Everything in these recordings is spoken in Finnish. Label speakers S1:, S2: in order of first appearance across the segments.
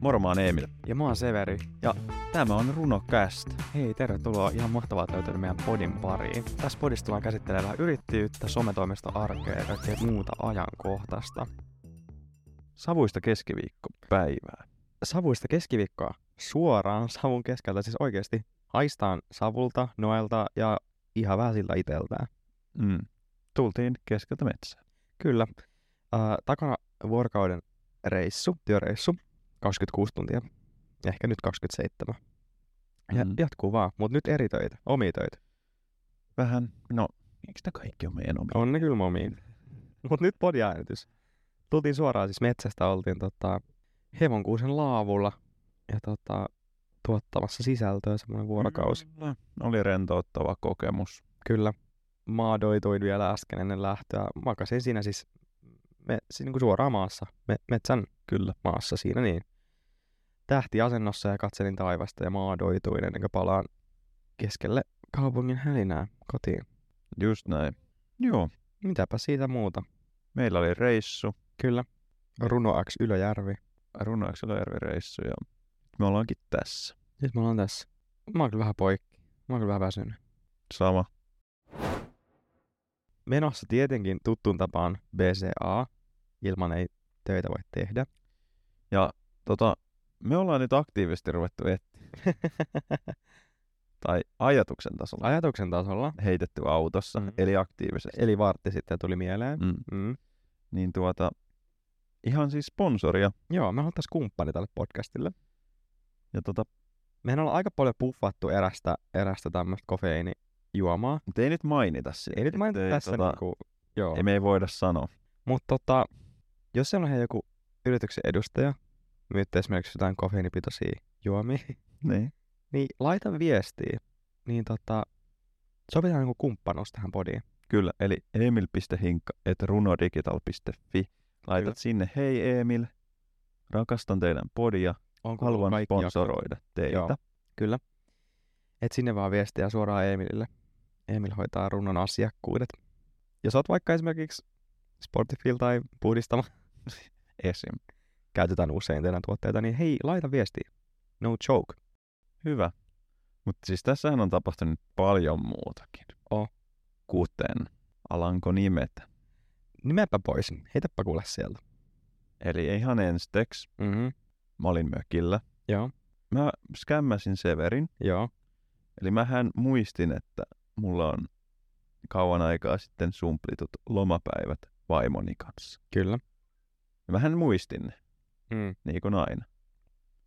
S1: Moro, mä oon Eemil.
S2: Ja mä oon Severi.
S1: Ja tämä on Runocast.
S2: Hei, tervetuloa. Ihan mahtavaa, että löytynyt meidän podin pariin. Tässä podissa tullaan käsittelemään vähän yrittäjyyttä, sometoimistoarkea ja kaikkea muuta ajankohtaista.
S1: Savuista keskiviikkopäivää.
S2: Savuista keskiviikkoa suoraan savun keskeltä, siis oikeasti haistaan savulta, noelta ja ihan vähän siltä iteltään.
S1: Mm. Tultiin keskeltä metsää.
S2: Kyllä. Äh, takana vuorokauden reissu, työreissu, 26 tuntia, ehkä nyt 27. Ja
S1: Mm.
S2: jatkuu vaan, mutta nyt eri töitä, omia töitä.
S1: Vähän, no, eikö nämä kaikki ole meidän omia?
S2: On ne kyllä momiin. Mut nyt podiäänitys. Tultiin suoraan siis metsästä, oltiin tota, hevonkuusen laavulla ja tota, tuottamassa sisältöä semmoinen vuorokausi. Mm.
S1: Kyllä. Oli rentouttava kokemus.
S2: Kyllä, maadoituin vielä äsken ennen lähtöä. Makasin siinä siis, me, siis niinku suoraan maassa, me, metsän
S1: Kyllä.
S2: maassa siinä niin. Tähti asennossa ja katselin taivasta ja maadoituin ennen kuin palaan keskelle kaupungin hälinää kotiin.
S1: Just näin. Joo,
S2: Mitäpä siitä muuta.
S1: meillä oli reissu.
S2: Kyllä. Runo X Ylöjärvi.
S1: Runoakselojärvi reissu ja me ollaankin tässä.
S2: Nyt me ollaan tässä. Mä oon kyllä vähän poikki. Mä oon kyllä vähän väsynyt.
S1: Sama.
S2: Menossa tietenkin tuttuun tapaan BCA. Ilman ei töitä voi tehdä.
S1: Tota, me ollaan nyt aktiivisesti ruvettu etsiä, tai ajatuksen tasolla
S2: Ajatuksen tasolla.
S1: heitetty autossa,
S2: Mm.
S1: eli aktiivisesti.
S2: Eli vartti sitten tuli mieleen.
S1: Mm.
S2: Mm.
S1: Niin tuota, ihan siis sponsoria.
S2: Joo, me ollaan kumppani tälle podcastille.
S1: Ja tota,
S2: Mehän ollaan aika paljon puffattu erästä, erästä tämmöistä kofeiinijuomaa.
S1: Mutta ei nyt mainita sitä.
S2: Ei nyt mainita
S1: Ei,
S2: tässä
S1: tota,
S2: niinku, joo.
S1: Ei me ei voida sanoa.
S2: Mutta tota, jos siellä on joku yrityksen edustaja, myytte esimerkiksi jotain kofeiinipitoisia juomia,
S1: Niin.
S2: niin laita viestiä. Niin tota, sovitaan joku kumppanuus tähän podiin.
S1: Kyllä, eli emil.hinkka et runodigital.fi. Laitat
S2: Kyllä.
S1: sinne, hei Emil, rakastan teidän podia,
S2: On
S1: haluan sponsoroida teitä.
S2: Joo. Kyllä. Et sinne vaan viestiä suoraan Emilille. Emil hoitaa runnon asiakkuudet. Jos oot vaikka esimerkiksi Sportifil tai puhdistama,
S1: Esim.
S2: käytetään usein teidän tuotteita, niin hei, laita viestiä. No joke.
S1: Hyvä. Mutta siis tässähän on tapahtunut paljon muutakin.
S2: On.
S1: Kuten Alanko nimetä.
S2: Nimeäpä pois, heitäpä kuule sieltä.
S1: Eli ihan ensteks,
S2: Mm-hmm.
S1: mä olin mökillä.
S2: Joo,
S1: Mä skämmäsin Severin,
S2: joo.
S1: Eli mähän muistin, että mulla on kauan aikaa sitten sumplitut lomapäivät vaimoni kanssa.
S2: Kyllä.
S1: Ja mähän muistin ne,
S2: Mm.
S1: niin kuin aina.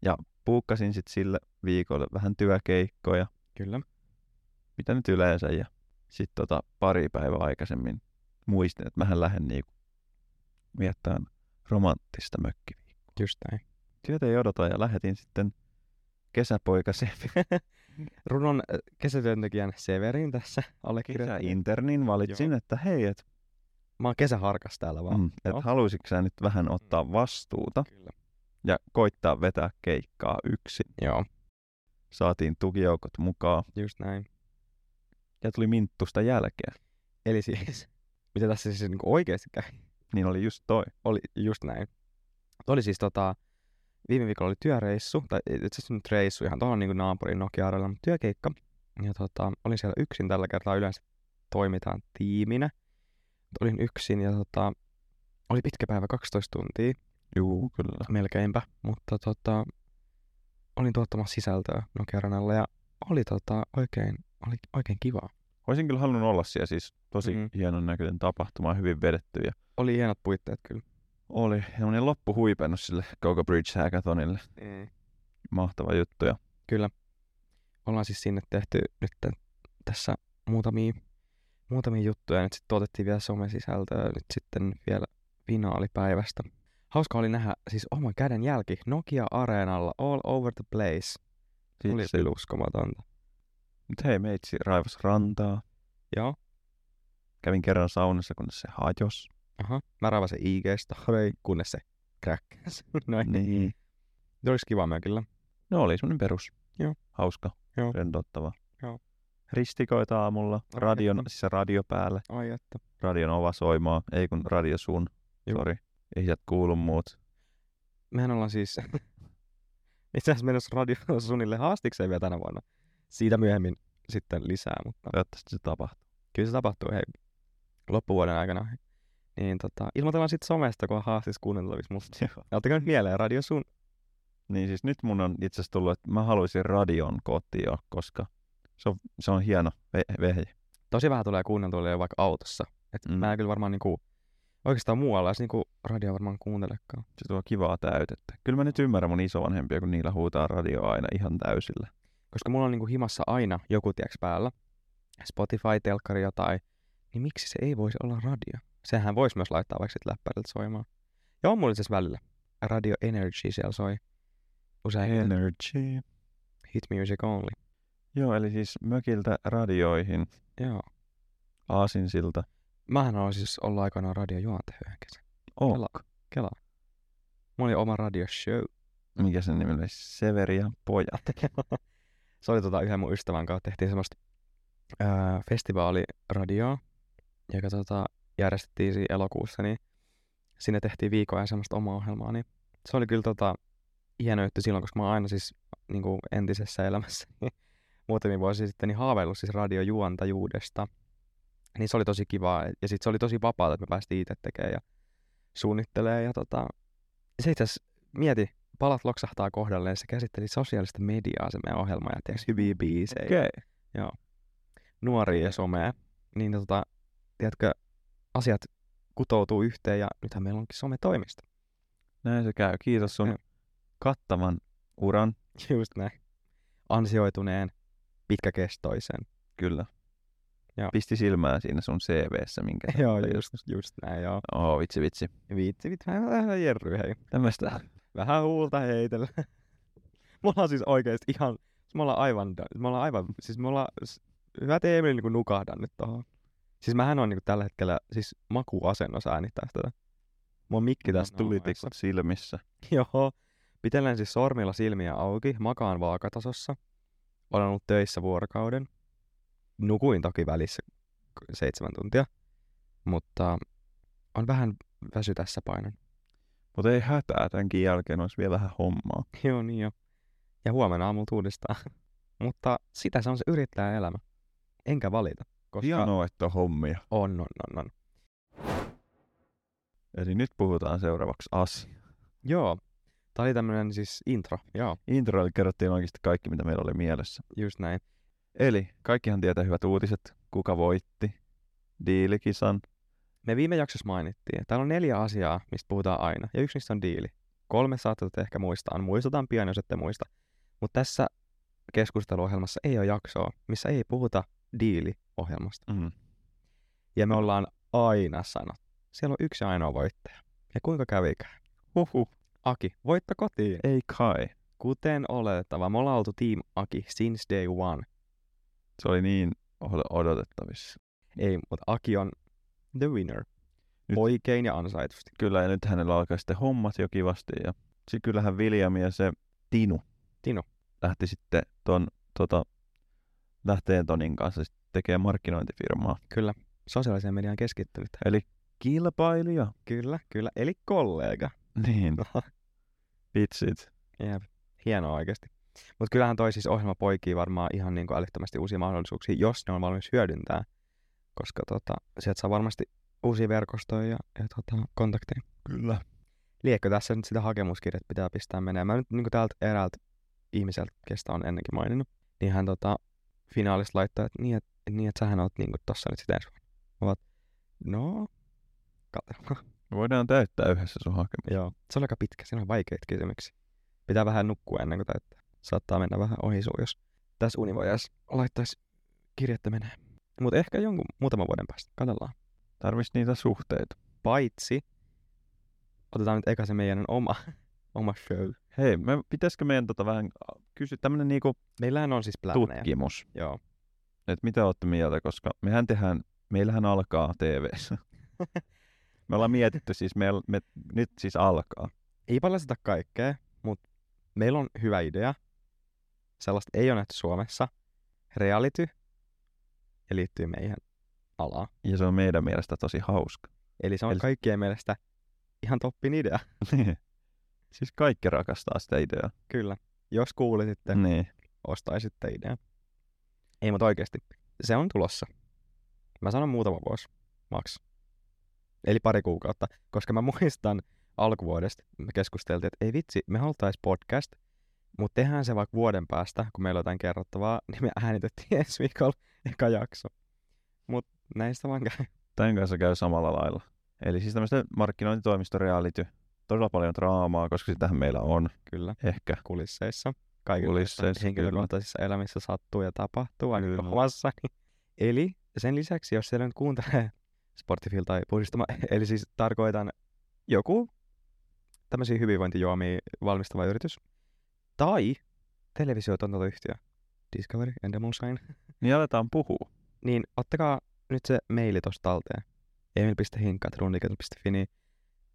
S1: Ja puukkasin sitten sille viikolle vähän työkeikkoja,
S2: Kyllä.
S1: mitä nyt yleensä. Ja sitten tota pari päivää aikaisemmin muistin, että mähän lähden niinku viettämään romanttista mökkiviikkoa.
S2: Just näin.
S1: Työtä ei odota ja lähetin sitten kesäpoika
S2: Runon äh, kesätyöntekijän Severin tässä allekirjoittanut.
S1: internin valitsin, Joo. että hei, et,
S2: Mä oon kesäharkas täällä vaan.
S1: mm, et
S2: Joo.
S1: haluaisitko sä nyt vähän ottaa vastuuta
S2: Kyllä.
S1: ja koittaa vetää keikkaa yksin.
S2: Joo,
S1: Saatiin tukijoukot mukaan
S2: just näin.
S1: ja tuli minttusta jälkeä.
S2: Eli siis, mitä tässä siis niin oikeasti käy,
S1: Niin oli just toi.
S2: oli just näin. Tuo oli siis tota, viime viikolla oli työreissu, tai itse asiassa nyt reissu ihan tuolla niin naapurin Nokiaarella, mutta työkeikka. Ja tota, olin siellä yksin tällä kertaa, yleensä toimitaan tiiminä. Mut Olin yksin ja tota, oli pitkä päivä, 12 tuntia
S1: Juu, kyllä.
S2: melkeinpä, mutta tota, olin tuottamassa sisältöä Nokiaranalla ja oli tota, oikein, oli oikein kivaa.
S1: Olisin kyllä halunnut olla siellä siis tosi
S2: Mhm.
S1: mm-hmm. hienon näköinen tapahtuma, hyvin vedetty ja
S2: Oli hienot puitteet kyllä.
S1: oli semmoinen loppuhuipennus sille Gogo Bridge Hackathonille.
S2: Niin.
S1: Mahtava juttu ja
S2: Ollaan siis sinne tehty nyt tän- tässä muutamia, muutamia juttuja. Nyt sitten tuotettiin vielä somesisältöä nyt sitten vielä finaalipäivästä. Hauska oli nähdä siis oman käden jälki Nokia Areenalla all over the place.
S1: siis
S2: Oli
S1: se,
S2: kyllä uskomatonta.
S1: Mut hei meitsi raivas rantaa.
S2: Joo.
S1: Kävin kerran saunassa, kunnes se hajos.
S2: Aha. Mä ravasin IG-storyi, kunnes se kräkkäs. Noin.
S1: Niin.
S2: Se olisi kiva mökillä.
S1: No oli semmoinen perus.
S2: Joo.
S1: Hauska.
S2: Joo.
S1: Rentouttava.
S2: Joo.
S1: Ristikoita aamulla. Radion,
S2: että.
S1: siis se radio päällä.
S2: Ai että.
S1: Radion ova soimaa. Ei kun radio sun.
S2: Joo.
S1: Sori. Ei sieltä kuulu muut.
S2: Mehän ollaan siis Itse asiassa menossa radio sunille haastikseen vielä tänä vuonna. Siitä myöhemmin sitten lisää, mutta
S1: Toivottavasti se tapahtuu.
S2: kyllä se tapahtuu hei, loppuvuoden aikana. Niin tota, ilmoitellaan sitten somesta, kun on haastis kuunneltavissa musta. Ottakaa nyt mieleen, Radio Sun.
S1: niin siis nyt mun on itse asiassa tullut, että mä haluaisin radion kotiin, koska se on, se on hieno ve- vehje.
S2: Tosi vähän tulee kuunneltua jo vaikka autossa. Et
S1: Mm.
S2: mm. Mä en kyllä varmaan niinku, oikeastaan muualla edes niinku radio varmaan kuuntelekaan.
S1: Se tuo kivaa täytettä. Kyllä mä nyt ymmärrän mun isovanhempia, kun niillä huutaa radio aina ihan täysillä.
S2: Koska mulla on niinku himassa aina joku tieks päällä. Spotify, telkkari jotain. Niin miksi se ei voisi olla radio? Sehän voisi myös laittaa vaikka sit läppäriltä soimaan. Ja on mulla itse asiassa välillä. Radio Energy siellä soi. Usein hit,
S1: Energy.
S2: hit music only.
S1: Joo, eli siis mökiltä radioihin,
S2: Joo.
S1: aasinsilta.
S2: Mähän olen siis ollut aikoinaan radiojuontajana kesä.
S1: Oh,
S2: Kela. Kela. Mulla oli oma radioshow.
S1: mikä sen nimi oli? Severian pojat.
S2: se oli tota, yhden mun ystävän kanssa, tehtiin semmoista ää, festivaaliradioa, joka tota, järjestettiin siinä elokuussa, niin sinne tehtiin viikon ajan semmoista omaa ohjelmaa, niin se oli kyllä tota, hieno juttu silloin, koska mä oon aina siis niin kuin entisessä elämässä niin muutamia vuosia sitten niin haaveillut siis radiojuontajuudesta. Niin se oli tosi kivaa ja sitten se oli tosi vapaata, että me päästiin itse tekemään ja suunnittelee ja tota, se itse asiassa mieti, palat loksahtaa kohdalleen. Se käsitteli sosiaalista mediaa se meidän ohjelma ja tiiäks, hyviä biisejä, okay. nuoria ja somea. Niin tota, tiedätkö, asiat kutoutuu yhteen ja nythän meillä onkin sometoimisto.
S1: Näin se käy. Kiitos sun
S2: Joo.
S1: kattavan uran.
S2: Just näin. Ansioituneen, pitkäkestoisen.
S1: Kyllä.
S2: Joo.
S1: Pisti silmään siinä sun CVssä, minkä sä
S2: joo,
S1: teet.
S2: just, just näin, joo.
S1: Oo, vitsi vitsi.
S2: Viitsi, vitsi, vähän, vähän jerry, hei.
S1: Tämmöstä.
S2: Vähän huulta heitellä. Mulla on siis oikeesti ihan, siis me ollaan aivan, me ollaan aivan, siis me ollaan, s- hyvä että Emil niinku nukahdan nyt tohon. Siis mähän on niinku tällä hetkellä, siis makuasennossa äänittää tätä. Mun mikki tässä
S1: Tulitikut silmissä.
S2: Joo. Pitelen siis sormilla silmiä auki, makaan vaakatasossa. Olen ollut töissä vuorokauden. Nukuin toki välissä k- seitsemän tuntia. Mutta on vähän väsy tässä painon.
S1: Mutta ei hätää, tämänkin jälkeen olisi vielä vähän hommaa.
S2: Joo, niin jo. Ja huomenna aamulla uudestaan. Mutta sitä se on se yrittäjän elämä. Enkä valita, koska
S1: Hienoa, että on hommia.
S2: on, on, on, on.
S1: Eli nyt puhutaan seuraavaksi as.
S2: Joo. Tää oli tämmönen siis intro. Joo,
S1: Introille kerrottiin oikeasti kaikki, mitä meillä oli mielessä.
S2: just näin.
S1: Eli kaikkihan tietää hyvät uutiset. Kuka voitti? Diilikisan.
S2: Me viime jaksossa mainittiin, että täällä on neljä asiaa, mistä puhutaan aina, ja yksi niistä on diili. Kolme saatatte ehkä muistaa, muistetaan pian, jos ette muista. Mutta tässä keskusteluohjelmassa ei ole jaksoa, missä ei puhuta diiliohjelmasta.
S1: Mm.
S2: Ja me ollaan aina sanottu. Siellä on yksi ainoa voittaja. Ja kuinka kävikään? Huhu. Aki, voitto kotiin.
S1: Ei kai.
S2: Kuten oletettava, me ollaan oltu Team Aki since day one.
S1: Se oli niin od- odotettavissa.
S2: Ei, mutta Aki on the winner.
S1: Nyt-
S2: Oikein ja ansaitusti.
S1: Kyllä, ja nyt hänellä alkaa sitten hommat jo kivasti. Ja sitten kyllähän William ja se Tinu,
S2: Tinu.
S1: lähti sitten ton, tota, lähtee Tonin kanssa sitten tekemään markkinointifirmaa.
S2: Kyllä, sosiaaliseen mediaan keskittynyt.
S1: Kilpailija.
S2: Kyllä, kyllä. Eli kollega. No.
S1: Niin, vitsit.
S2: Jep. Hienoa oikeasti. Mutta kyllähän toi siis ohjelma poikii varmaan ihan niin kuin älyttömästi uusia mahdollisuuksia, jos ne on valmis hyödyntää. Koska tota, sieltä saa varmasti uusia verkostoja ja, ja tota, kontakteja.
S1: Kyllä.
S2: Liekö tässä nyt sitä hakemuskirjat pitää pistää menemään? Mä nyt niin kuin täältä eräältä ihmiseltä, kestä on ennenkin maininnut, niin hän tota, finaalista laittaa, että niin, että niin, et sähän oot niin kuin tossa nyt sitä ensi vuonna. Mä oot, no, katsotaan.
S1: Me voidaan täyttää yhdessä sun hakemus.
S2: Joo. Se on aika pitkä, siinä on vaikeita kysymyksiä. Pitää vähän nukkua ennen kuin täyttää. Saattaa mennä vähän ohi suu, jos tässä univajassa laittaisi kirjettä menee. Mutta ehkä jonkun muutaman vuoden päästä. Katsellaan.
S1: Tarvis niitä suhteita.
S2: Paitsi, otetaan nyt eka se meidän oma, oma show.
S1: Hei, me, pitäisikö meidän tota vähän äh, kysyä tämmönen niinku
S2: Meillähän on siis plääneja.
S1: tutkimus,
S2: Joo.
S1: että mitä olette mieltä, koska mehän tehdään, meillähän alkaa tv Me ollaan mietitty siis, me, me, nyt siis alkaa.
S2: Ei paljasteta kaikkea, mutta meillä on hyvä idea. Sellaista ei ole nähty Suomessa. Reality. Ja liittyy meidän alaan.
S1: Ja se on meidän mielestä tosi hauska.
S2: Eli se on
S1: Eli-
S2: kaikkien mielestä ihan toppin idea.
S1: siis kaikki rakastaa sitä ideaa.
S2: Kyllä. Jos kuulisitte, mm.
S1: Niin.
S2: ostaisitte idean. Ei, mutta oikeasti. Se on tulossa. Mä sanon muutama vuosi maks. Eli pari kuukautta. Koska mä muistan alkuvuodesta, me keskusteltiin, että ei vitsi, me haluttaisiin podcast, mutta tehdään se vaikka vuoden päästä, kun meillä on jotain kerrottavaa, niin me äänitettiin ensi viikolla eka jakso. Mutta näistä vaan käy.
S1: Tämän kanssa käy samalla lailla. Eli siis tämmöistä markkinointitoimisto reality. Todella paljon draamaa, koska sitähän meillä on
S2: Kyllä.
S1: ehkä.
S2: kulisseissa. Kaikilla
S1: Kulisseissa, kyllä.
S2: henkilökohtaisissa elämissä sattuu ja tapahtuu aika
S1: Kyllä.
S2: kovassa. Eli sen lisäksi, jos siellä nyt kuuntelee Sportifil tai puhdistama, eli siis tarkoitan joku tämmöisiä hyvinvointijuomia valmistava yritys, tai televisiotuotantoyhtiö, Discovery, Endemol Shine,
S1: Niin aletaan puhua.
S2: niin ottakaa nyt se maili tosta talteen. emil.hinkat.rundiket.fi, niin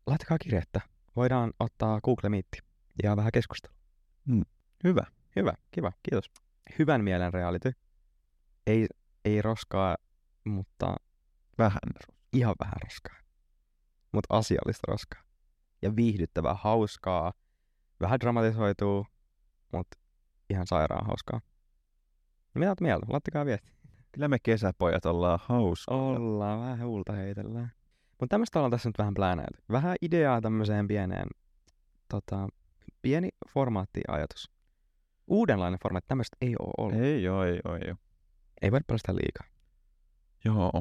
S2: laittakaa kirjettä. Voidaan ottaa Google Meet ja vähän keskustelua.
S1: Hyvä.
S2: Hyvä, kiva, kiitos. Hyvän mielen reality. Ei, ei roskaa, mutta
S1: Vähän.
S2: ihan vähän roskaa. Mutta asiallista roskaa. Ja viihdyttävää, hauskaa. Vähän dramatisoituu, mutta ihan sairaan hauskaa. No Mitä oot mieltä? Laittakaa viesti.
S1: Kyllä me kesäpojat ollaan hauska.
S2: Ollaan, vähän huulta heitellään. Mutta tämmöistä ollaan tässä nyt vähän pläänäilty. Vähän ideaa tämmöiseen pieneen, tota, pieni formaattiajatus. Uudenlainen formaatti, tämmöistä ei ole ollut.
S1: Ei joo, ei joo, ei joo.
S2: Ei voi paljastaa liikaa.
S1: Joo.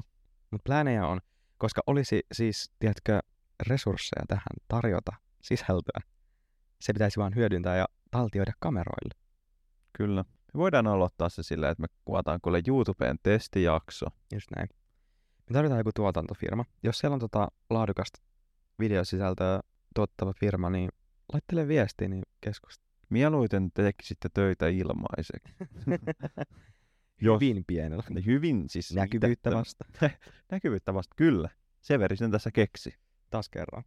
S2: Mutta pläänejä on, koska olisi siis, tiedätkö, resursseja tähän tarjota sisältöä. Se pitäisi vaan hyödyntää ja taltioida kameroille.
S1: Kyllä. Me voidaan aloittaa se sillä, että me kuvataan kuule YouTubeen testijakso.
S2: Just näin. Me tarvitaan joku tuotantofirma. Jos siellä on tota laadukasta videosisältöä tuottava firma, niin laittele viestiä, niin keskustelu.
S1: Mieluiten tekisitte töitä ilmaiseksi. Jos.
S2: Hyvin pienellä.
S1: Hyvin siis
S2: Näkyvyyttä
S1: mitättömän-
S2: vasta.
S1: Näkyvyyttä vasta, kyllä. Severi sen tässä keksi.
S2: Taas kerran.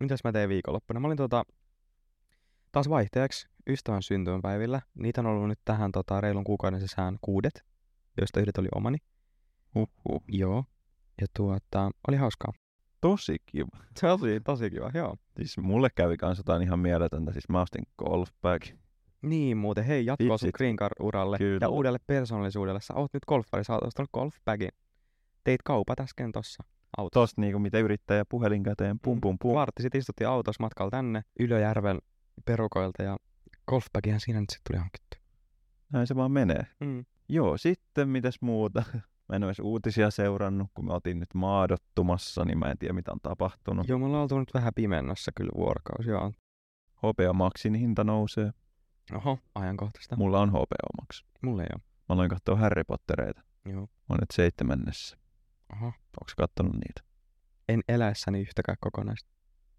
S2: Mitäs mä tein viikonloppuna? Mä olin tota, taas vaihteeksi ystävän syntymäpäivillä. Niitä on ollut nyt tähän tota, reilun kuukauden sisään kuudet, joista yhdet oli omani.
S1: Huhhuh.
S2: Joo. Ja tuota, oli hauskaa.
S1: Tosi kiva.
S2: Tosi, tosi kiva, joo.
S1: Siis mulle kävi kans jotain ihan mieletöntä. Siis mä ostin golfbagin.
S2: Niin muuten, hei, jatkoa sun
S1: Vitsit.
S2: green card uralle
S1: Kyllä.
S2: ja uudelle persoonallisuudelle. Sä oot nyt golfari, sä oot ostanut golfbagin. Teit kaupat äsken tossa.
S1: Tosta niinku mitä yrittäjä puhelin käteen
S2: Mm.
S1: pum pum pum.
S2: Vartti sit istuttiin autossa matkalla tänne Ylöjärven perukoilta ja golfbagihan siinä nyt sit tuli hankittu.
S1: Näin se vaan menee.
S2: Mm.
S1: Joo, sitten mitäs muuta? Mä en ole edes uutisia seurannut, kun mä otin nyt maadottumassa, niin mä en tiedä mitä on tapahtunut.
S2: Joo, me ollaan oltu nyt vähän pimennossa kyllä vuorokausi. Joo.
S1: HPA-maksin hinta nousee.
S2: Oho, ajankohtaista. M-
S1: Mulla on HPA-maks.
S2: Mulle ei ole.
S1: Mä aloin katsoa Harry Pottereita.
S2: Joo.
S1: Mä oon nyt seitsemännessä.
S2: Oho.
S1: Onko kattonut niitä?
S2: En eläessäni yhtäkään kokonaista.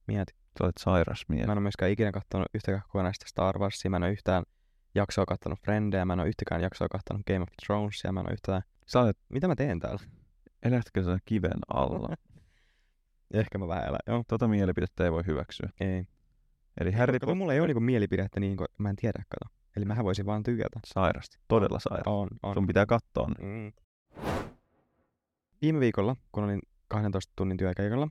S2: Mieti.
S1: Sä olet sairas mies.
S2: Mä en ole myöskään ikinä katsonut yhtäkään kokonaista Star Warsia. Mä en ole yhtään jaksoa katsonut Frendejä. Mä en ole yhtäkään jaksoa katsonut Game of Thronesia. Mä en ole yhtään...
S1: Sä olet,
S2: Mitä mä teen täällä?
S1: elätkö sä kiven alla?
S2: Ehkä mä vähän elän, joo.
S1: tota mielipidettä ei voi hyväksyä.
S2: Ei.
S1: Eli
S2: Harry
S1: Harry
S2: Kato,
S1: Potter
S2: mulla ei ole niinku mielipidettä niin kuin mä en tiedä, kato. Eli mä voisin vaan tykätä.
S1: sairasti. Todella sairasti.
S2: On, on.
S1: Sun pitää katsoa nyt.
S2: Mm. Viime viikolla, kun olin 12 tunnin työkeikalla,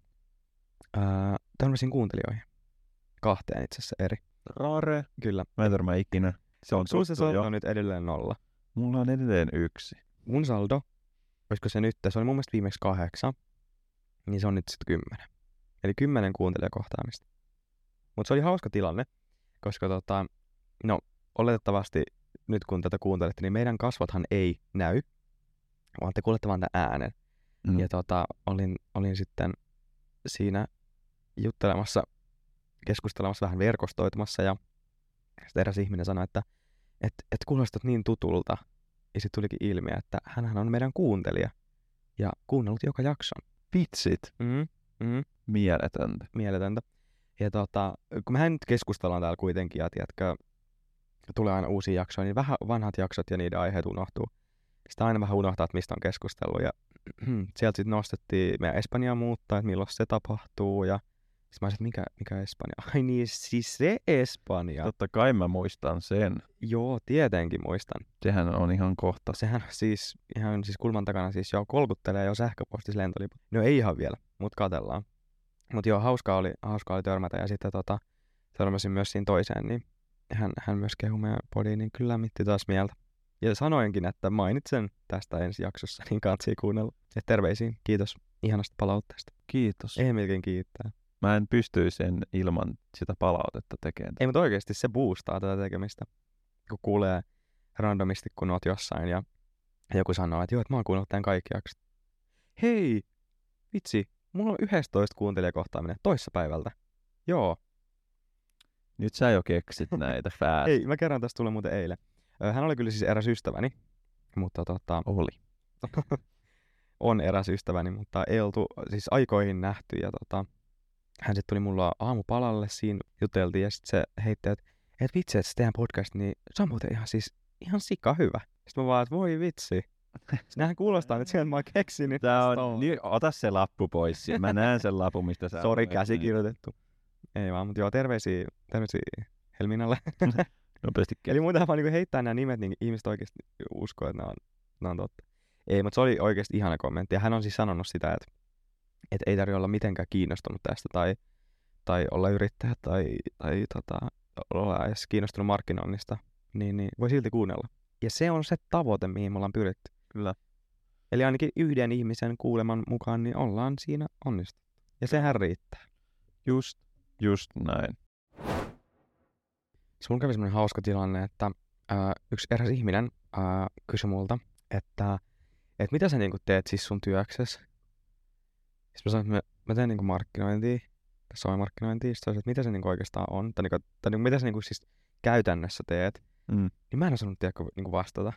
S2: ää, törmäsin kuuntelijoihin. Kahteen itse asiassa eri.
S1: Rare.
S2: Kyllä.
S1: Mä en törmää ikinä. Se on
S2: Sun se
S1: tuttu,
S2: saldo
S1: joo.
S2: on nyt edelleen nolla.
S1: Mulla on edelleen yksi.
S2: Mun saldo, olisiko se nyt, se oli mun mielestä viimeksi kahdeksan, niin se on nyt sitten kymmenen. Eli kymmenen kuuntelijakohtaamista. Mutta se oli hauska tilanne, koska tota, no oletettavasti nyt kun tätä kuuntelette, niin meidän kasvathan ei näy, vaan te kuulette vaan tämän äänen.
S1: Mm.
S2: Ja tota, olin, olin sitten siinä juttelemassa, keskustelemassa vähän verkostoitumassa ja sitten eräs ihminen sanoi, että et, et kuulostat niin tutulta. Ja sitten tulikin ilmi, että hän on meidän kuuntelija ja kuunnellut joka jakson.
S1: Vitsit.
S2: Mm, mm,
S1: Mieletöntä.
S2: mieletöntä. Ja tota, kun mehän nyt keskustellaan täällä kuitenkin ja tiedätkö, tulee aina uusia jaksoja, niin vähän vanhat jaksot ja niiden aiheet unohtuu. Sitä aina vähän unohtaa, että mistä on keskustellut. Ja sieltä sitten nostettiin meidän Espanjaa muuttaa, että milloin se tapahtuu. Ja sitten mä olisin, että mikä, mikä Espanja? Ai niin, siis se Espanja. Tot...
S1: Totta kai mä muistan sen.
S2: Joo, tietenkin muistan.
S1: Sehän on ihan kohta.
S2: Sehän on siis ihan siis kulman takana siis jo kolkuttelee jo sähköpostissa lentoliput. No ei ihan vielä, mutta katellaan. Mutta joo, hauskaa oli, hauskaa oli törmätä ja sitten tota, törmäsin myös siinä toiseen, niin hän, hän myös kehui meidän podiin, niin kyllä mitti taas mieltä. Ja sanoinkin, että mainitsen tästä ensi jaksossa, niin kansi kuunnella. Ja terveisiin, kiitos ihanasta palautteesta.
S1: Kiitos.
S2: Emilkin kiittää.
S1: Mä en pystyisi sen ilman sitä palautetta tekemään.
S2: Ei, mutta oikeasti se boostaa tätä tekemistä. Kun kuulee randomisti, kun oot jossain ja joku sanoo, että joo, että mä oon kuunnellut tämän kaikki jaksot. Hei, vitsi, mulla on 11 kuuntelijakohtaaminen toissa päivältä. Joo,
S1: Nyt sä jo keksit näitä fäätä.
S2: Ei, mä kerron tästä tulee muuten eilen. Ö, Hän oli kyllä siis eräs ystäväni, mutta tota,
S1: Oli.
S2: on eräs ystäväni, mutta ei oltu siis aikoihin nähty. Ja tota, hän sitten tuli mulla aamupalalle, siinä juteltiin ja sitten se heitti, että et vitsi, että se teidän podcast, niin se on muuten ihan siis ihan sika hyvä. Sitten mä vaan, että voi vitsi. Nämähän kuulostaa nyt sieltä, että mä oon keksinyt.
S1: Tää
S2: tästä
S1: on,
S2: omaa.
S1: nyt, ota se lappu pois. sieltä. Mä näen sen lapun, mistä sä
S2: Sori,
S1: otat.
S2: käsikirjoitettu. Ei vaan, mutta joo, terveisiä, terveisiä Helminalle.
S1: Nopeasti ke-
S2: Eli muutenhan vaan niinku heittää nämä nimet, niin ihmiset oikeasti uskoo, että nämä on, nämä on totta. Ei, mutta se oli oikeasti ihana kommentti. Ja hän on siis sanonut sitä, että, että ei tarvitse olla mitenkään kiinnostunut tästä tai, tai olla yrittäjä tai, tai tota, olla edes kiinnostunut markkinoinnista. Niin, niin voi silti kuunnella. Ja se on se tavoite, mihin me ollaan pyritty.
S1: Kyllä.
S2: Eli ainakin yhden ihmisen kuuleman mukaan, niin ollaan siinä onnistuttu. Ja sehän riittää.
S1: Just, just näin.
S2: Siis mulla kävi semmoinen hauska tilanne, että ää, yksi eräs ihminen ää, kysyi multa, että et mitä sä niinku teet siis sun työksessä? Sitten mä sanoin, että mä, mä teen niinku markkinointia, tai soimarkkinointia. Sitten sanoin, että mitä se niinku oikeastaan on, tai, niinku, tai niinku, mitä sä niinku siis käytännössä teet.
S1: Mm.
S2: Niin mä en osannut tiedä, niinku vastata,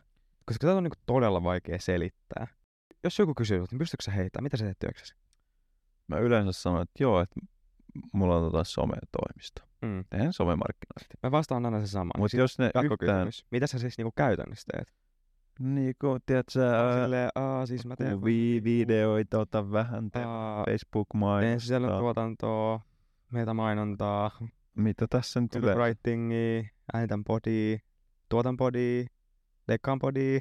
S2: koska tätä on niinku todella vaikea selittää. Jos joku kysyy sinulta, niin pystytkö sä heittämään, mitä sä teet työksessä?
S1: Mä yleensä sanon, että joo, että mulla on tota sometoimisto.
S2: Mm.
S1: Teen somemarkkinointia.
S2: Mä vastaan aina se sama.
S1: Mutta jos ne yhtään...
S2: jatkokysymys. Mitä sä siis niinku käytännössä teet?
S1: Niin kun, tiedät sä, ää,
S2: Silleen, aa, siis mä teen...
S1: kuvia, videoita, ota vähän, teen
S2: Aa,
S1: facebook
S2: Teen
S1: mainos
S2: sisällöntuotantoa, meitä mainontaa,
S1: Mitä tässä nyt yleensä?
S2: copywritingia, äänitän podia, tuotan podia, leikkaan podia,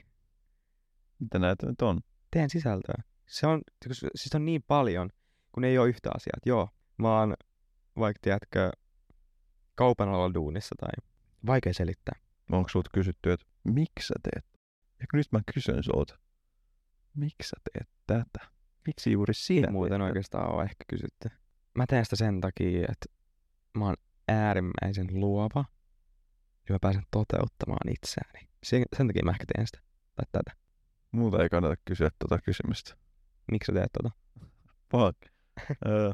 S1: Mitä näitä nyt on?
S2: teen sisältöä. Se on, siis on niin paljon, kun ei ole yhtä asiaa. että Joo, mä oon vaikka tiedätkö kaupan alalla duunissa tai vaikea selittää.
S1: Onko sut kysytty, että miksi sä teet? Ja kun nyt mä kysyn sulta, miksi sä teet tätä? Miksi juuri sinä
S2: Ei muuten
S1: teet
S2: oikeastaan ole ehkä kysytty. Mä teen sitä sen takia, että mä oon äärimmäisen luova ja mä pääsen toteuttamaan itseäni. Sen, sen takia mä ehkä teen sitä tai tätä.
S1: tätä? Muuta ei kannata kysyä tuota kysymystä.
S2: Miksi sä teet tota?
S1: Fuck. Öö,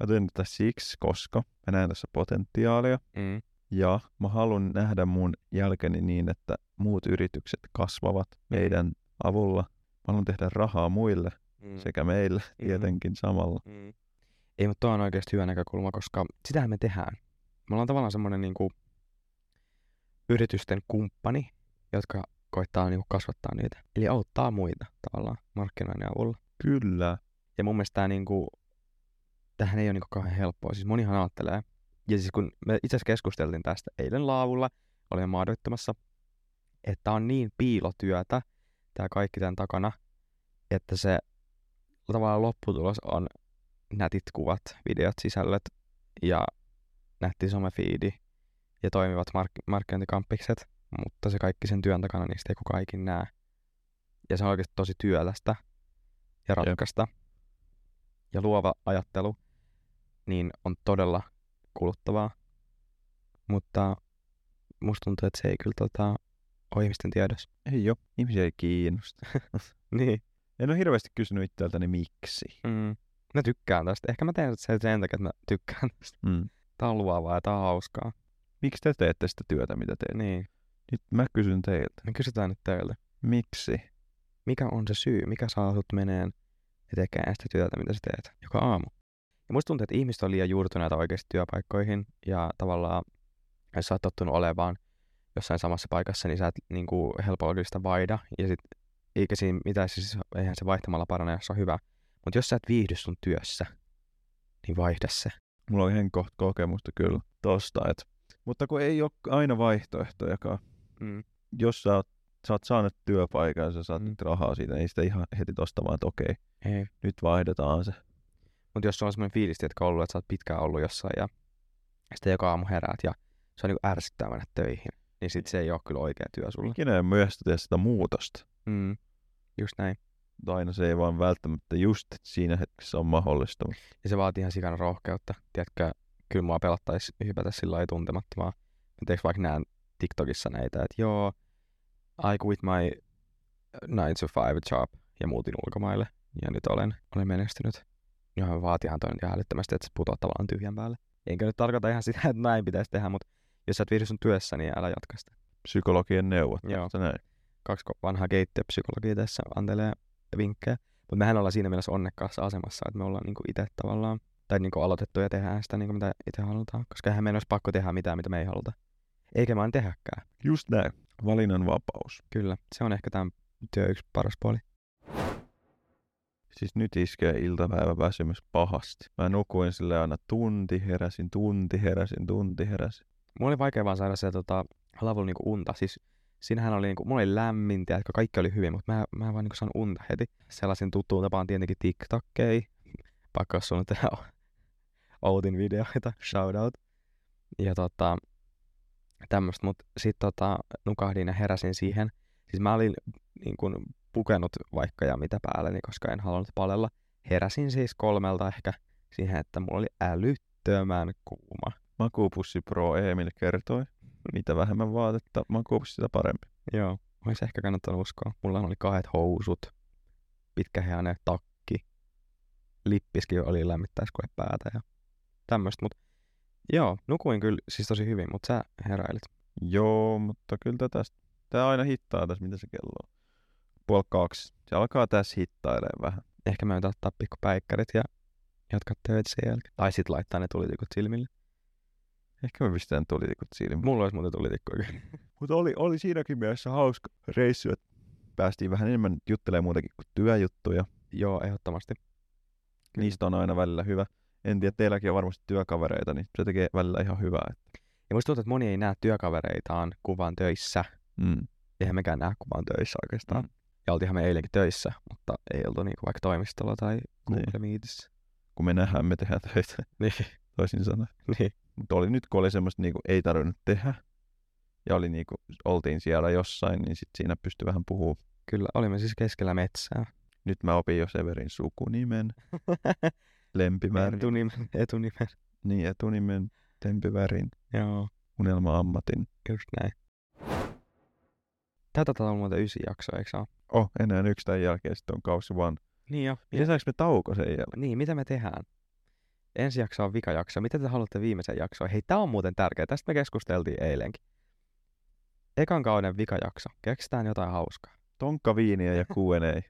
S1: mä teen tätä siksi, koska mä näen tässä potentiaalia
S2: Mm.
S1: ja mä haluan nähdä mun jälkeni niin, että muut yritykset kasvavat meidän avulla. Mä haluan tehdä rahaa muille
S2: Mm.
S1: sekä meille
S2: Mhm.
S1: tietenkin samalla.
S2: Mm. Ei, mutta tuo on oikeasti hyvä näkökulma, koska sitähän me tehdään. Me ollaan tavallaan semmoinen niinku yritysten kumppani, jotka koittaa niinku kasvattaa niitä. Eli auttaa muita tavallaan markkinoinnin avulla.
S1: Kyllä.
S2: Ja mun mielestä tämä niinku, tähän ei ole niinku kauhean helppoa. Siis monihan ajattelee. Ja siis kun me itse asiassa keskusteltiin tästä eilen laavulla, olin maadoittamassa, että on niin piilotyötä tämä kaikki tämän takana, että se tavallaan lopputulos on nätit kuvat, videot, sisällöt ja nätti somefiidi ja toimivat mark- markkinointikampikset, mutta se kaikki sen työn takana niistä ei kukaan ikinä näe. Ja se on oikeasti tosi työlästä ja ratkasta. Ja luova ajattelu niin on todella kuluttavaa, mutta musta tuntuu, että se ei kyllä tota, ole ihmisten tiedossa.
S1: Ei joo, ihmisiä ei kiinnosta.
S2: Niin.
S1: En ole hirveästi kysynyt itseltäni miksi.
S2: Mm. Mä tykkään tästä. Ehkä mä teen sen sen takia, että mä tykkään tästä.
S1: Mm.
S2: Tää on luovaa ja tää on hauskaa.
S1: Miksi te teette sitä työtä, mitä teette?
S2: Niin.
S1: Nyt mä kysyn teiltä.
S2: Me kysytään nyt teiltä.
S1: Miksi?
S2: Mikä on se syy? Mikä saa sut meneen ja tekemään sitä työtä, mitä sä teet joka aamu? Ja musta tuntuu, että ihmiset on liian juurtuneita oikeasti työpaikkoihin ja tavallaan, jos sä oot tottunut olevaan jossain samassa paikassa, niin sä et niin kuin helpolla sitä vaihda. Ja sit, eikä siinä mitään, siis eihän se vaihtamalla parane, jos on hyvä. Mutta jos sä et viihdy sun työssä, niin vaihda se.
S1: Mulla on ihan kohta kokemusta kyllä tosta. Et. Mutta kun ei ole aina vaihtoehtojakaan.
S2: Mm.
S1: Jos sä oot, sä oot saanut työpaikan ja sä saat
S2: Mm.
S1: mm. rahaa siitä, niin sitä ihan heti tosta vaan, että okei,
S2: Ei.
S1: nyt vaihdetaan se.
S2: Mutta jos sulla on semmoinen fiilis, että ollut, että sä oot pitkään ollut jossain ja sitten joka aamu heräät ja se on niinku ärsyttää mennä töihin. Niin sit se ei ole kyllä oikea työ sulle.
S1: Ikinä ei myöhästä tehdä sitä muutosta.
S2: Mm. Just näin.
S1: Mutta Aina se ei vaan välttämättä just siinä hetkessä on mahdollista. Mutta
S2: Ja se vaatii ihan sikana rohkeutta. Tiedätkö, kyllä mua pelattaisi hypätä sillä lailla tuntemattomaa. Mä teeks vaikka näen TikTokissa näitä, että joo, I quit my 9 to 5 job ja muutin ulkomaille. Ja nyt olen, olen menestynyt. Ja vaatihan toi nyt ihan älyttömästi, että sä putoat tavallaan tyhjän päälle. Enkä nyt tarkoita ihan sitä, että näin pitäisi tehdä, mutta jos sä et viihdy sun työssä, niin älä jatka sitä.
S1: psykologien neuvot.
S2: Joo.
S1: Sä näin.
S2: kaksi ko- vanhaa keittiöpsykologia tässä antelee vinkkejä. Mutta mehän ollaan siinä mielessä onnekkaassa asemassa, että me ollaan niinku itse tavallaan, tai niinku aloitettu ja tehdään sitä, niinku mitä itse halutaan. Koska eihän meidän olisi pakko tehdä mitään, mitä me ei haluta. Eikä vaan tehdäkään.
S1: Just näin. Valinnanvapaus.
S2: Kyllä, se on ehkä tämän työ yksi paras puoli.
S1: Siis nyt iskee iltapäivä väsymys pahasti. Mä nukuin sille aina tunti, heräsin, tunti, heräsin, tunti, heräsin.
S2: Mulla oli vaikea vaan saada se tota, lavulla niinku unta. Siis siinähän oli, niinku, mulla oli lämmin, tiedätkö, kaikki oli hyvin, mutta mä, mä en vaan niinku saanut unta heti. Sellaisen tuttuun tapaan tietenkin TikTokkei. Pakko jos on tehdä Outin videoita, shout out. Ja tota, tämmöstä, mut sit tota, nukahdin ja heräsin siihen. Siis mä olin niin kun, pukenut vaikka ja mitä päälleni, koska en halunnut palella. Heräsin siis kolmelta ehkä siihen, että mulla oli älyttömän kuuma.
S1: Makuupussi Pro Emil kertoi, mitä vähemmän vaatetta makuupussi, sitä parempi.
S2: Joo, olisi ehkä kannattanut uskoa. Mulla oli kahdet housut, pitkäheainen takki, lippiskin oli lämmittäiskoe päätä ja tämmöistä. Mut joo, nukuin kyllä siis tosi hyvin, mutta sä heräilit.
S1: Joo, mutta kyllä tää tästä, tää aina hittaa tässä, mitä se kello on. Puoli kaksi. Se alkaa tässä hittailee vähän.
S2: Ehkä mä yritän ottaa pikku päikkärit ja jatkaa töitä sen jälkeen. Tai sit laittaa ne tulitikut silmille.
S1: Ehkä me pistetään tulitikut silmiin.
S2: Mulla olisi muuten tulitikkuja kyllä.
S1: Mutta oli, oli siinäkin mielessä hauska reissu, että päästiin vähän enemmän juttelemaan muutakin kuin työjuttuja.
S2: joo, ehdottomasti. Kyllä.
S1: Niistä on aina välillä hyvä. En tiedä, teilläkin on varmasti työkavereita, niin se tekee välillä ihan hyvää. että-
S2: Ja musta tuntuu, että moni ei näe työkavereitaan kuvan töissä.
S1: Mm.
S2: Eihän mekään näe kuvan töissä oikeastaan.
S1: Mm.
S2: Mm. Ja oltiinhan me eilenkin töissä, mutta ei oltu niinku vaikka toimistolla tai Google Meetissä.
S1: niin, Kun me nähdään, me tehdään töitä,
S2: Niin,
S1: toisin sanoen.
S2: niin.
S1: Mutta oli nyt, kun oli semmoista, niin kuin, ei tarvinnut tehdä, ja oli niin kuin, oltiin siellä jossain, niin sit siinä pystyi vähän puhumaan.
S2: Kyllä, olimme siis keskellä metsää.
S1: Nyt mä opin jo Severin sukunimen, lempivärin,
S2: Etunimen. Etunimen.
S1: niin etunimen, lempivärin,
S2: Joo,
S1: unelma-ammatin.
S2: just näin. Tätä taitaa olla muuten ysi jakso, eikö se ole?
S1: Oh, enää yksi tämän jälkeen sitten on kausi vaan.
S2: Niin jo.
S1: Miten saaks me tauko sen jälkeen?
S2: Niin, mitä me tehdään? Ensi jakso on vikajakso. Mitä te haluatte viimeisen jaksoon? Hei, tämä on muuten tärkeä. Tästä me keskusteltiin eilenkin. Ekan kauden vikajakso. Keksitään jotain hauskaa.
S1: Tonkka viiniä ja Q&A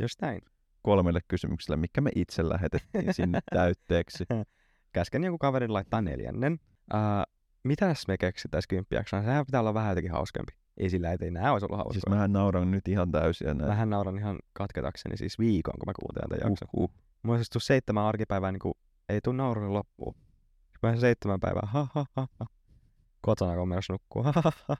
S2: Just näin.
S1: kolmelle kysymykselle, mikä me itse lähetettiin sinne täytteeksi.
S2: Käsken joku kaverin laittaa neljännen. Ää, mitäs me keksitäis kymppijaksoon? Sehän pitää olla vähän jotenkin hauskempi. Ei sillä, ettei nää olisi ollut hauskoja.
S1: Siis mähän nauran nyt ihan täysiä näin.
S2: Vähän nauran ihan katketakseni siis viikon, kun mä kuuntelen tämän jakson.
S1: Uh, uh.
S2: Mulla olisi tullut seitsemän arkipäivää, niin kuin, ei tuu naurun loppuun. Mä olisin seitsemän päivää, ha ha ha ha. Kotona kun on menossa nukkuu, ha ha ha.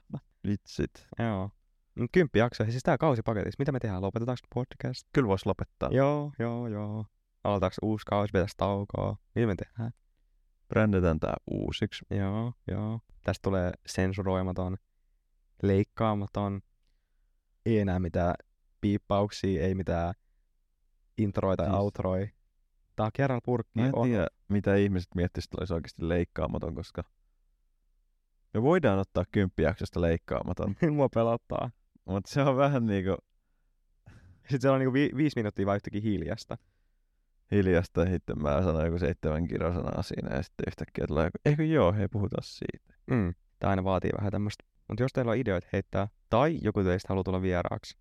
S1: Vitsit.
S2: Joo. Mut Kymppi jakso, siis tää kausipaketissa. Mitä me tehdään? Lopetetaanko podcast?
S1: Kyllä voisi lopettaa.
S2: Joo, joo, joo. Aloitetaanko uusi kausi, pitäis taukoa? Mitä me tehdään?
S1: Brändätään tää uusiksi.
S2: Joo, joo. Tästä tulee sensuroimaton, leikkaamaton. Ei enää mitään piippauksia, ei mitään introi tai
S1: Siis-
S2: outroi. Tää on kerralla purkki.
S1: Mä en
S2: Niin on-
S1: tiedä, mitä ihmiset miettisivät, että olisi oikeasti leikkaamaton, koska me voidaan ottaa kymppijaksosta leikkaamaton,
S2: Mua pelottaa.
S1: mutta se on vähän niinku
S2: Sitten siellä on niinku vi- viisi minuuttia vaan yhtäkkiä hiljasta.
S1: hiljasta ja sitten mä sanon joku seitsemän kirosanaa siinä ja sitten yhtäkkiä tulee joku, eikö joo, hei puhutaan siitä.
S2: Mm. Tämä aina vaatii vähän tämmöistä. Mutta jos teillä on ideoita heittää, tai joku teistä haluaa tulla vieraaksi,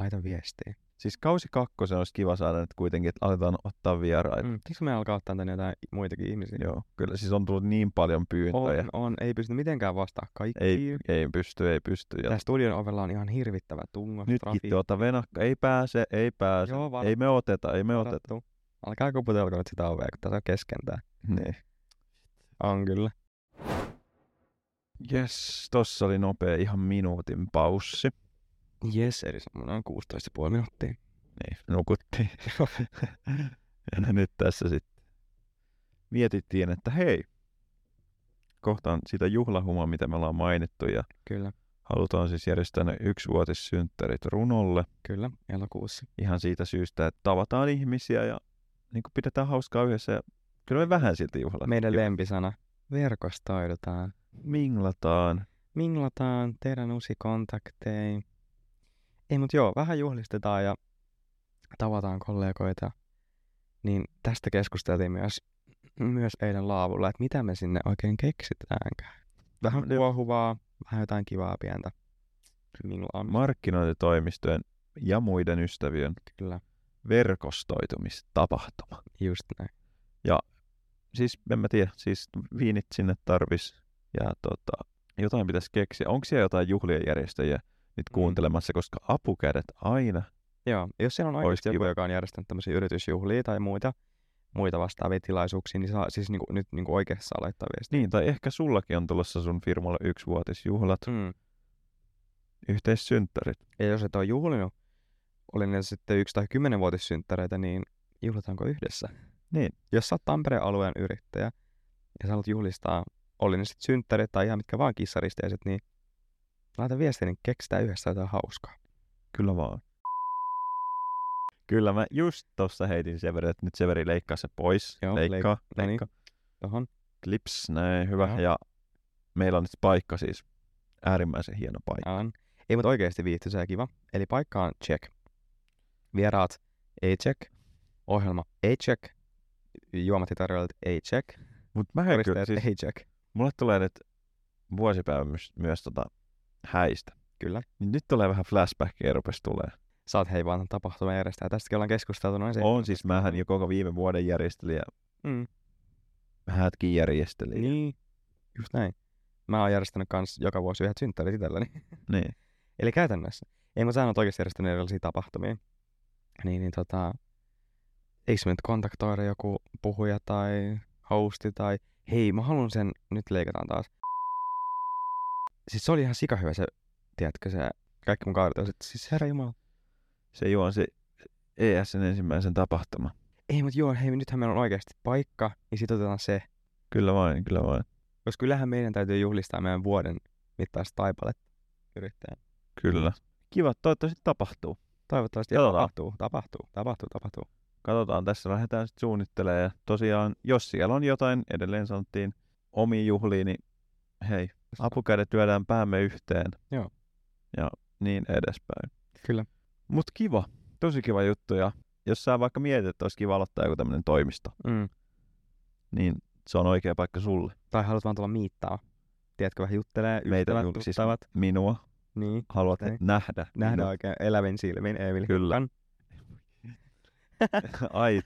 S2: laita viestiä.
S1: Siis kausi kakkosen olisi kiva saada nyt kuitenkin, että aletaan ottaa vieraita.
S2: Mm. Eikö me alkaa ottaa tänne jotain muitakin ihmisiä?
S1: Joo, kyllä siis on tullut niin paljon
S2: Mm. On,
S1: pyyntöjä.
S2: on, ei pysty mitenkään vastaa
S1: Ei,
S2: kaikkiin.
S1: ei pysty, ei pysty. Ja
S2: Tää studion ovella on ihan hirvittävä tungo.
S1: nyt tuota venakka, ei pääse, ei pääse.
S2: Joo, var-
S1: ei me oteta, ei me oteta.
S2: varattu. Älkää koputelko nyt sitä ovea, kun tässä on keskentää.
S1: Niin.
S2: On kyllä.
S1: Jes, tossa oli nopea ihan minuutin paussi.
S2: Jes, eli semmoinen on 16,5 minuuttia.
S1: Niin, nukuttiin. ja no nyt tässä sitten mietittiin, että hei, kohta on sitä juhlahumaa, mitä me ollaan mainittu, ja
S2: Kyllä,
S1: halutaan siis järjestää ne yksivuotissynttärit runolle
S2: kyllä, elokuussa.
S1: ihan siitä syystä, että tavataan ihmisiä ja niin kuin pidetään hauskaa yhdessä. Ja kyllä me vähän silti juhlat.
S2: Meidän
S1: ju-
S2: lempisana. Verkostoidutaan.
S1: Minglataan.
S2: Minglataan teidän uusi kontakteja. Ei mut joo, vähän juhlistetaan ja tavataan kollegoita. Niin tästä keskusteltiin myös, myös eilen laavulla, että mitä me sinne oikein keksitäänkään. Vähän
S1: Joo.
S2: kuohuvaa, vähän jotain kivaa pientä. Minglaamista
S1: Markkinointitoimistojen ja muiden ystävien
S2: kyllä,
S1: verkostoitumistapahtuma.
S2: just näin.
S1: Siis en mä tiedä, siis viinit sinne tarvis ja tota, jotain pitäisi keksiä. Onko siellä jotain juhlien järjestäjiä nyt
S2: Mm.
S1: kuuntelemassa, koska apukädet aina
S2: Joo, jos siellä on oikeasti joku,
S1: kiva.
S2: joka on järjestänyt tämmöisiä yritysjuhlia tai muita, muita vastaavia tilaisuuksia, niin saa siis niinku, nyt niinku oikeasti saa laittaa viestiä.
S1: Niin, tai ehkä sullakin on tulossa sun firmalle yksivuotisjuhlat,
S2: Mm.
S1: yhteissynttärit.
S2: Ja jos et ole juhlinut, oli ne sitten yksi tai kymmenenvuotissynttäreitä, niin juhlataanko yhdessä?
S1: Niin.
S2: Jos sä oot Tampereen alueen yrittäjä ja sä haluat juhlistaa, oli ne sitten synttärit tai ihan mitkä vaan kissaristeiset, niin laita viestiä, niin keksitään yhdessä jotain hauskaa.
S1: Kyllä vaan. Kyllä mä just tossa heitin Severin, että nyt Severi leikkaa se pois.
S2: Joo, leik-
S1: leikkaa,
S2: no niin.
S1: leikkaa.
S2: Tohon.
S1: Klips, näin, hyvä.
S2: Joo.
S1: Ja meillä on nyt paikka siis, äärimmäisen hieno paikka.
S2: On. Ei, mutta oikeasti viihtyisä ja kiva. Eli paikka on check. Vieraat ei check. Ohjelma ei check. Juomatitarjoilijat ei check.
S1: Mut mä kyllä,
S2: Todisteet
S1: siis,
S2: siis... ei check.
S1: mulle tulee nyt vuosipäivä myös, myös tota häistä.
S2: Kyllä.
S1: Niin nyt tulee vähän flashbackia rupes tulee.
S2: Sä oot hei vaan tapahtuma järjestää. Tästäkin ollaan keskusteltu noin se.
S1: On siis, mähän jo koko viime vuoden järjesteli ja
S2: Mm.
S1: hätkin järjesteli.
S2: Niin. Just näin. Mä oon järjestänyt kans joka vuosi yhdet synttärit itselläni.
S1: niin.
S2: Eli käytännössä. Ei mä saanut oikeasti järjestänyt erilaisia tapahtumia. Niin, niin tota... Eikö me nyt kontaktoida joku puhuja tai hosti tai... Hei, mä haluan sen... Nyt leikataan taas. Siis se oli ihan sikahyvä se, tiedätkö se... Kaikki mun kaverit olivat, siis herra jumala.
S1: se juonsi ESN ensimmäisen tapahtuma.
S2: Ei, mutta joo, hei, nythän meillä on oikeasti paikka, niin sit otetaan se.
S1: Kyllä vain, kyllä vain.
S2: Koska kyllähän meidän täytyy juhlistaa meidän vuoden mittaista taipaletta yrittäjän.
S1: Kyllä. Kiva, toivottavasti tapahtuu.
S2: Toivottavasti
S1: Joo,
S2: tapahtuu, tapahtuu, tapahtuu, tapahtuu.
S1: Katsotaan, tässä lähdetään sitten suunnittelemaan. Ja tosiaan, jos siellä on jotain, edelleen sanottiin, omiin juhliin, niin hei, apukädet lyödään päämme yhteen.
S2: Joo.
S1: Ja niin edespäin.
S2: Kyllä.
S1: Mut kiva, tosi kiva juttu. Ja jos sä vaikka mietit, että olisi kiva aloittaa joku tämmöinen toimisto,
S2: Mm.
S1: niin se on oikea paikka sulle.
S2: Tai haluat vaan tulla miittaa. Tiedätkö, vähän juttelee,
S1: Meitä siis.
S2: ystävät,
S1: julkisia.
S2: tuttavat.
S1: Minua
S2: Niin,
S1: haluat
S2: Näin.
S1: nähdä. niin
S2: nähdä
S1: Minua.
S2: oikein elävin silmin Emil
S1: Kyllä.
S2: Hukkan.
S1: Ai,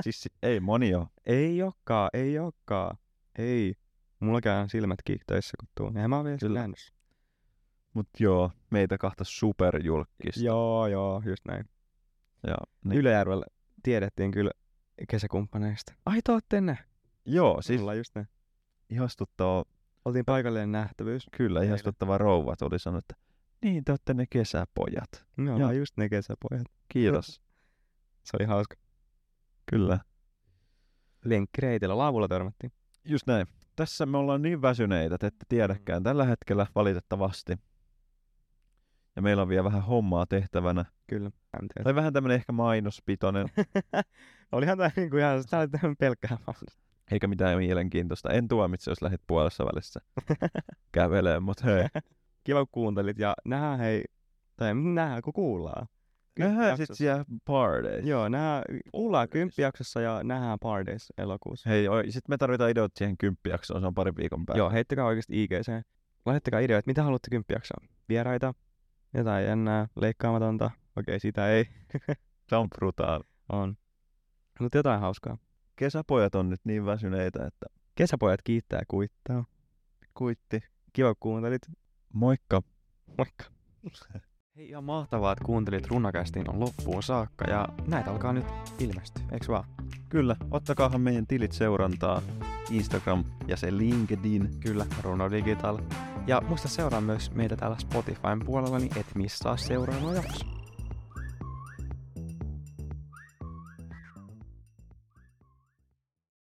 S1: siis ei moni ole.
S2: ei olekaan, ei olekaan. Ei. Mulla käy silmät kiihtöissä, kun tuun. Eihän mä oon vielä
S1: Kyllä.
S2: Kyllä. nähnyt.
S1: Mut joo, meitä kahta superjulkista.
S2: Joo, joo, just näin.
S1: Ja,
S2: Niin.
S1: niin.
S2: Ylöjärvellä tiedettiin kyllä kesäkumppaneista. Ai, te ootte ne.
S1: Joo,
S2: Siis...
S1: siis
S2: Ollaan just ne.
S1: ihastuttava,
S2: Oltiin paikallinen nähtävyys.
S1: kyllä
S2: Meillä.
S1: ihastuttava rouva oli sanonut, että niin te olette ne kesäpojat.
S2: Me ollaan just ne kesäpojat.
S1: Kiitos.
S2: Se oli hauska.
S1: kyllä.
S2: Lenkkireitillä laavulla törmättiin.
S1: Just näin. Tässä me ollaan niin väsyneitä, että ette tiedäkään tällä hetkellä valitettavasti. Ja meillä on vielä vähän hommaa tehtävänä.
S2: Kyllä. En tiedä.
S1: Tai vähän tämmönen ehkä mainospitoinen,
S2: Olihan tää niinku ihan, tää oli tämmönen pelkkää vaan.
S1: eikä mitään mielenkiintoista. En tuomitse, jos lähdet puolessa välissä kävelemään, mutta hei.
S2: Kiva kun kuuntelit ja nähdään hei, tai nähdään kun kuullaan.
S1: Nähdään sit
S2: Kymppijaksossa.
S1: siellä party.
S2: Joo, nähdään, kuullaan kymppijaksossa ja nähdään pardeissa elokuussa.
S1: Hei, oi, sit me tarvitaan ideot siihen kymppijaksoon, se on pari viikon päästä.
S2: Joo, heittäkää oikeasti IGC. Lähettäkää ideoita, mitä haluatte kymppijaksoa. Vieraita, jotain jännää, leikkaamatonta. Okei, sitä ei.
S1: Se on brutaali.
S2: On. Mutta jotain hauskaa.
S1: Kesäpojat on nyt niin väsyneitä, että
S2: Kesäpojat kiittää ja kuittaa.
S1: kuitti.
S2: Kiva kun kuuntelit.
S1: Moikka.
S2: Moikka. Hei ja mahtavaa, että kuuntelit runakästiin on loppuun saakka ja näitä alkaa nyt ilmestyä, eiks vaan?
S1: Kyllä, ottakaahan meidän tilit seurantaa. Instagram ja se LinkedIn.
S2: Kyllä, Runo Digital. Ja muista seuraa myös meitä täällä Spotifyn puolella, niin et missaa seuraava jakso.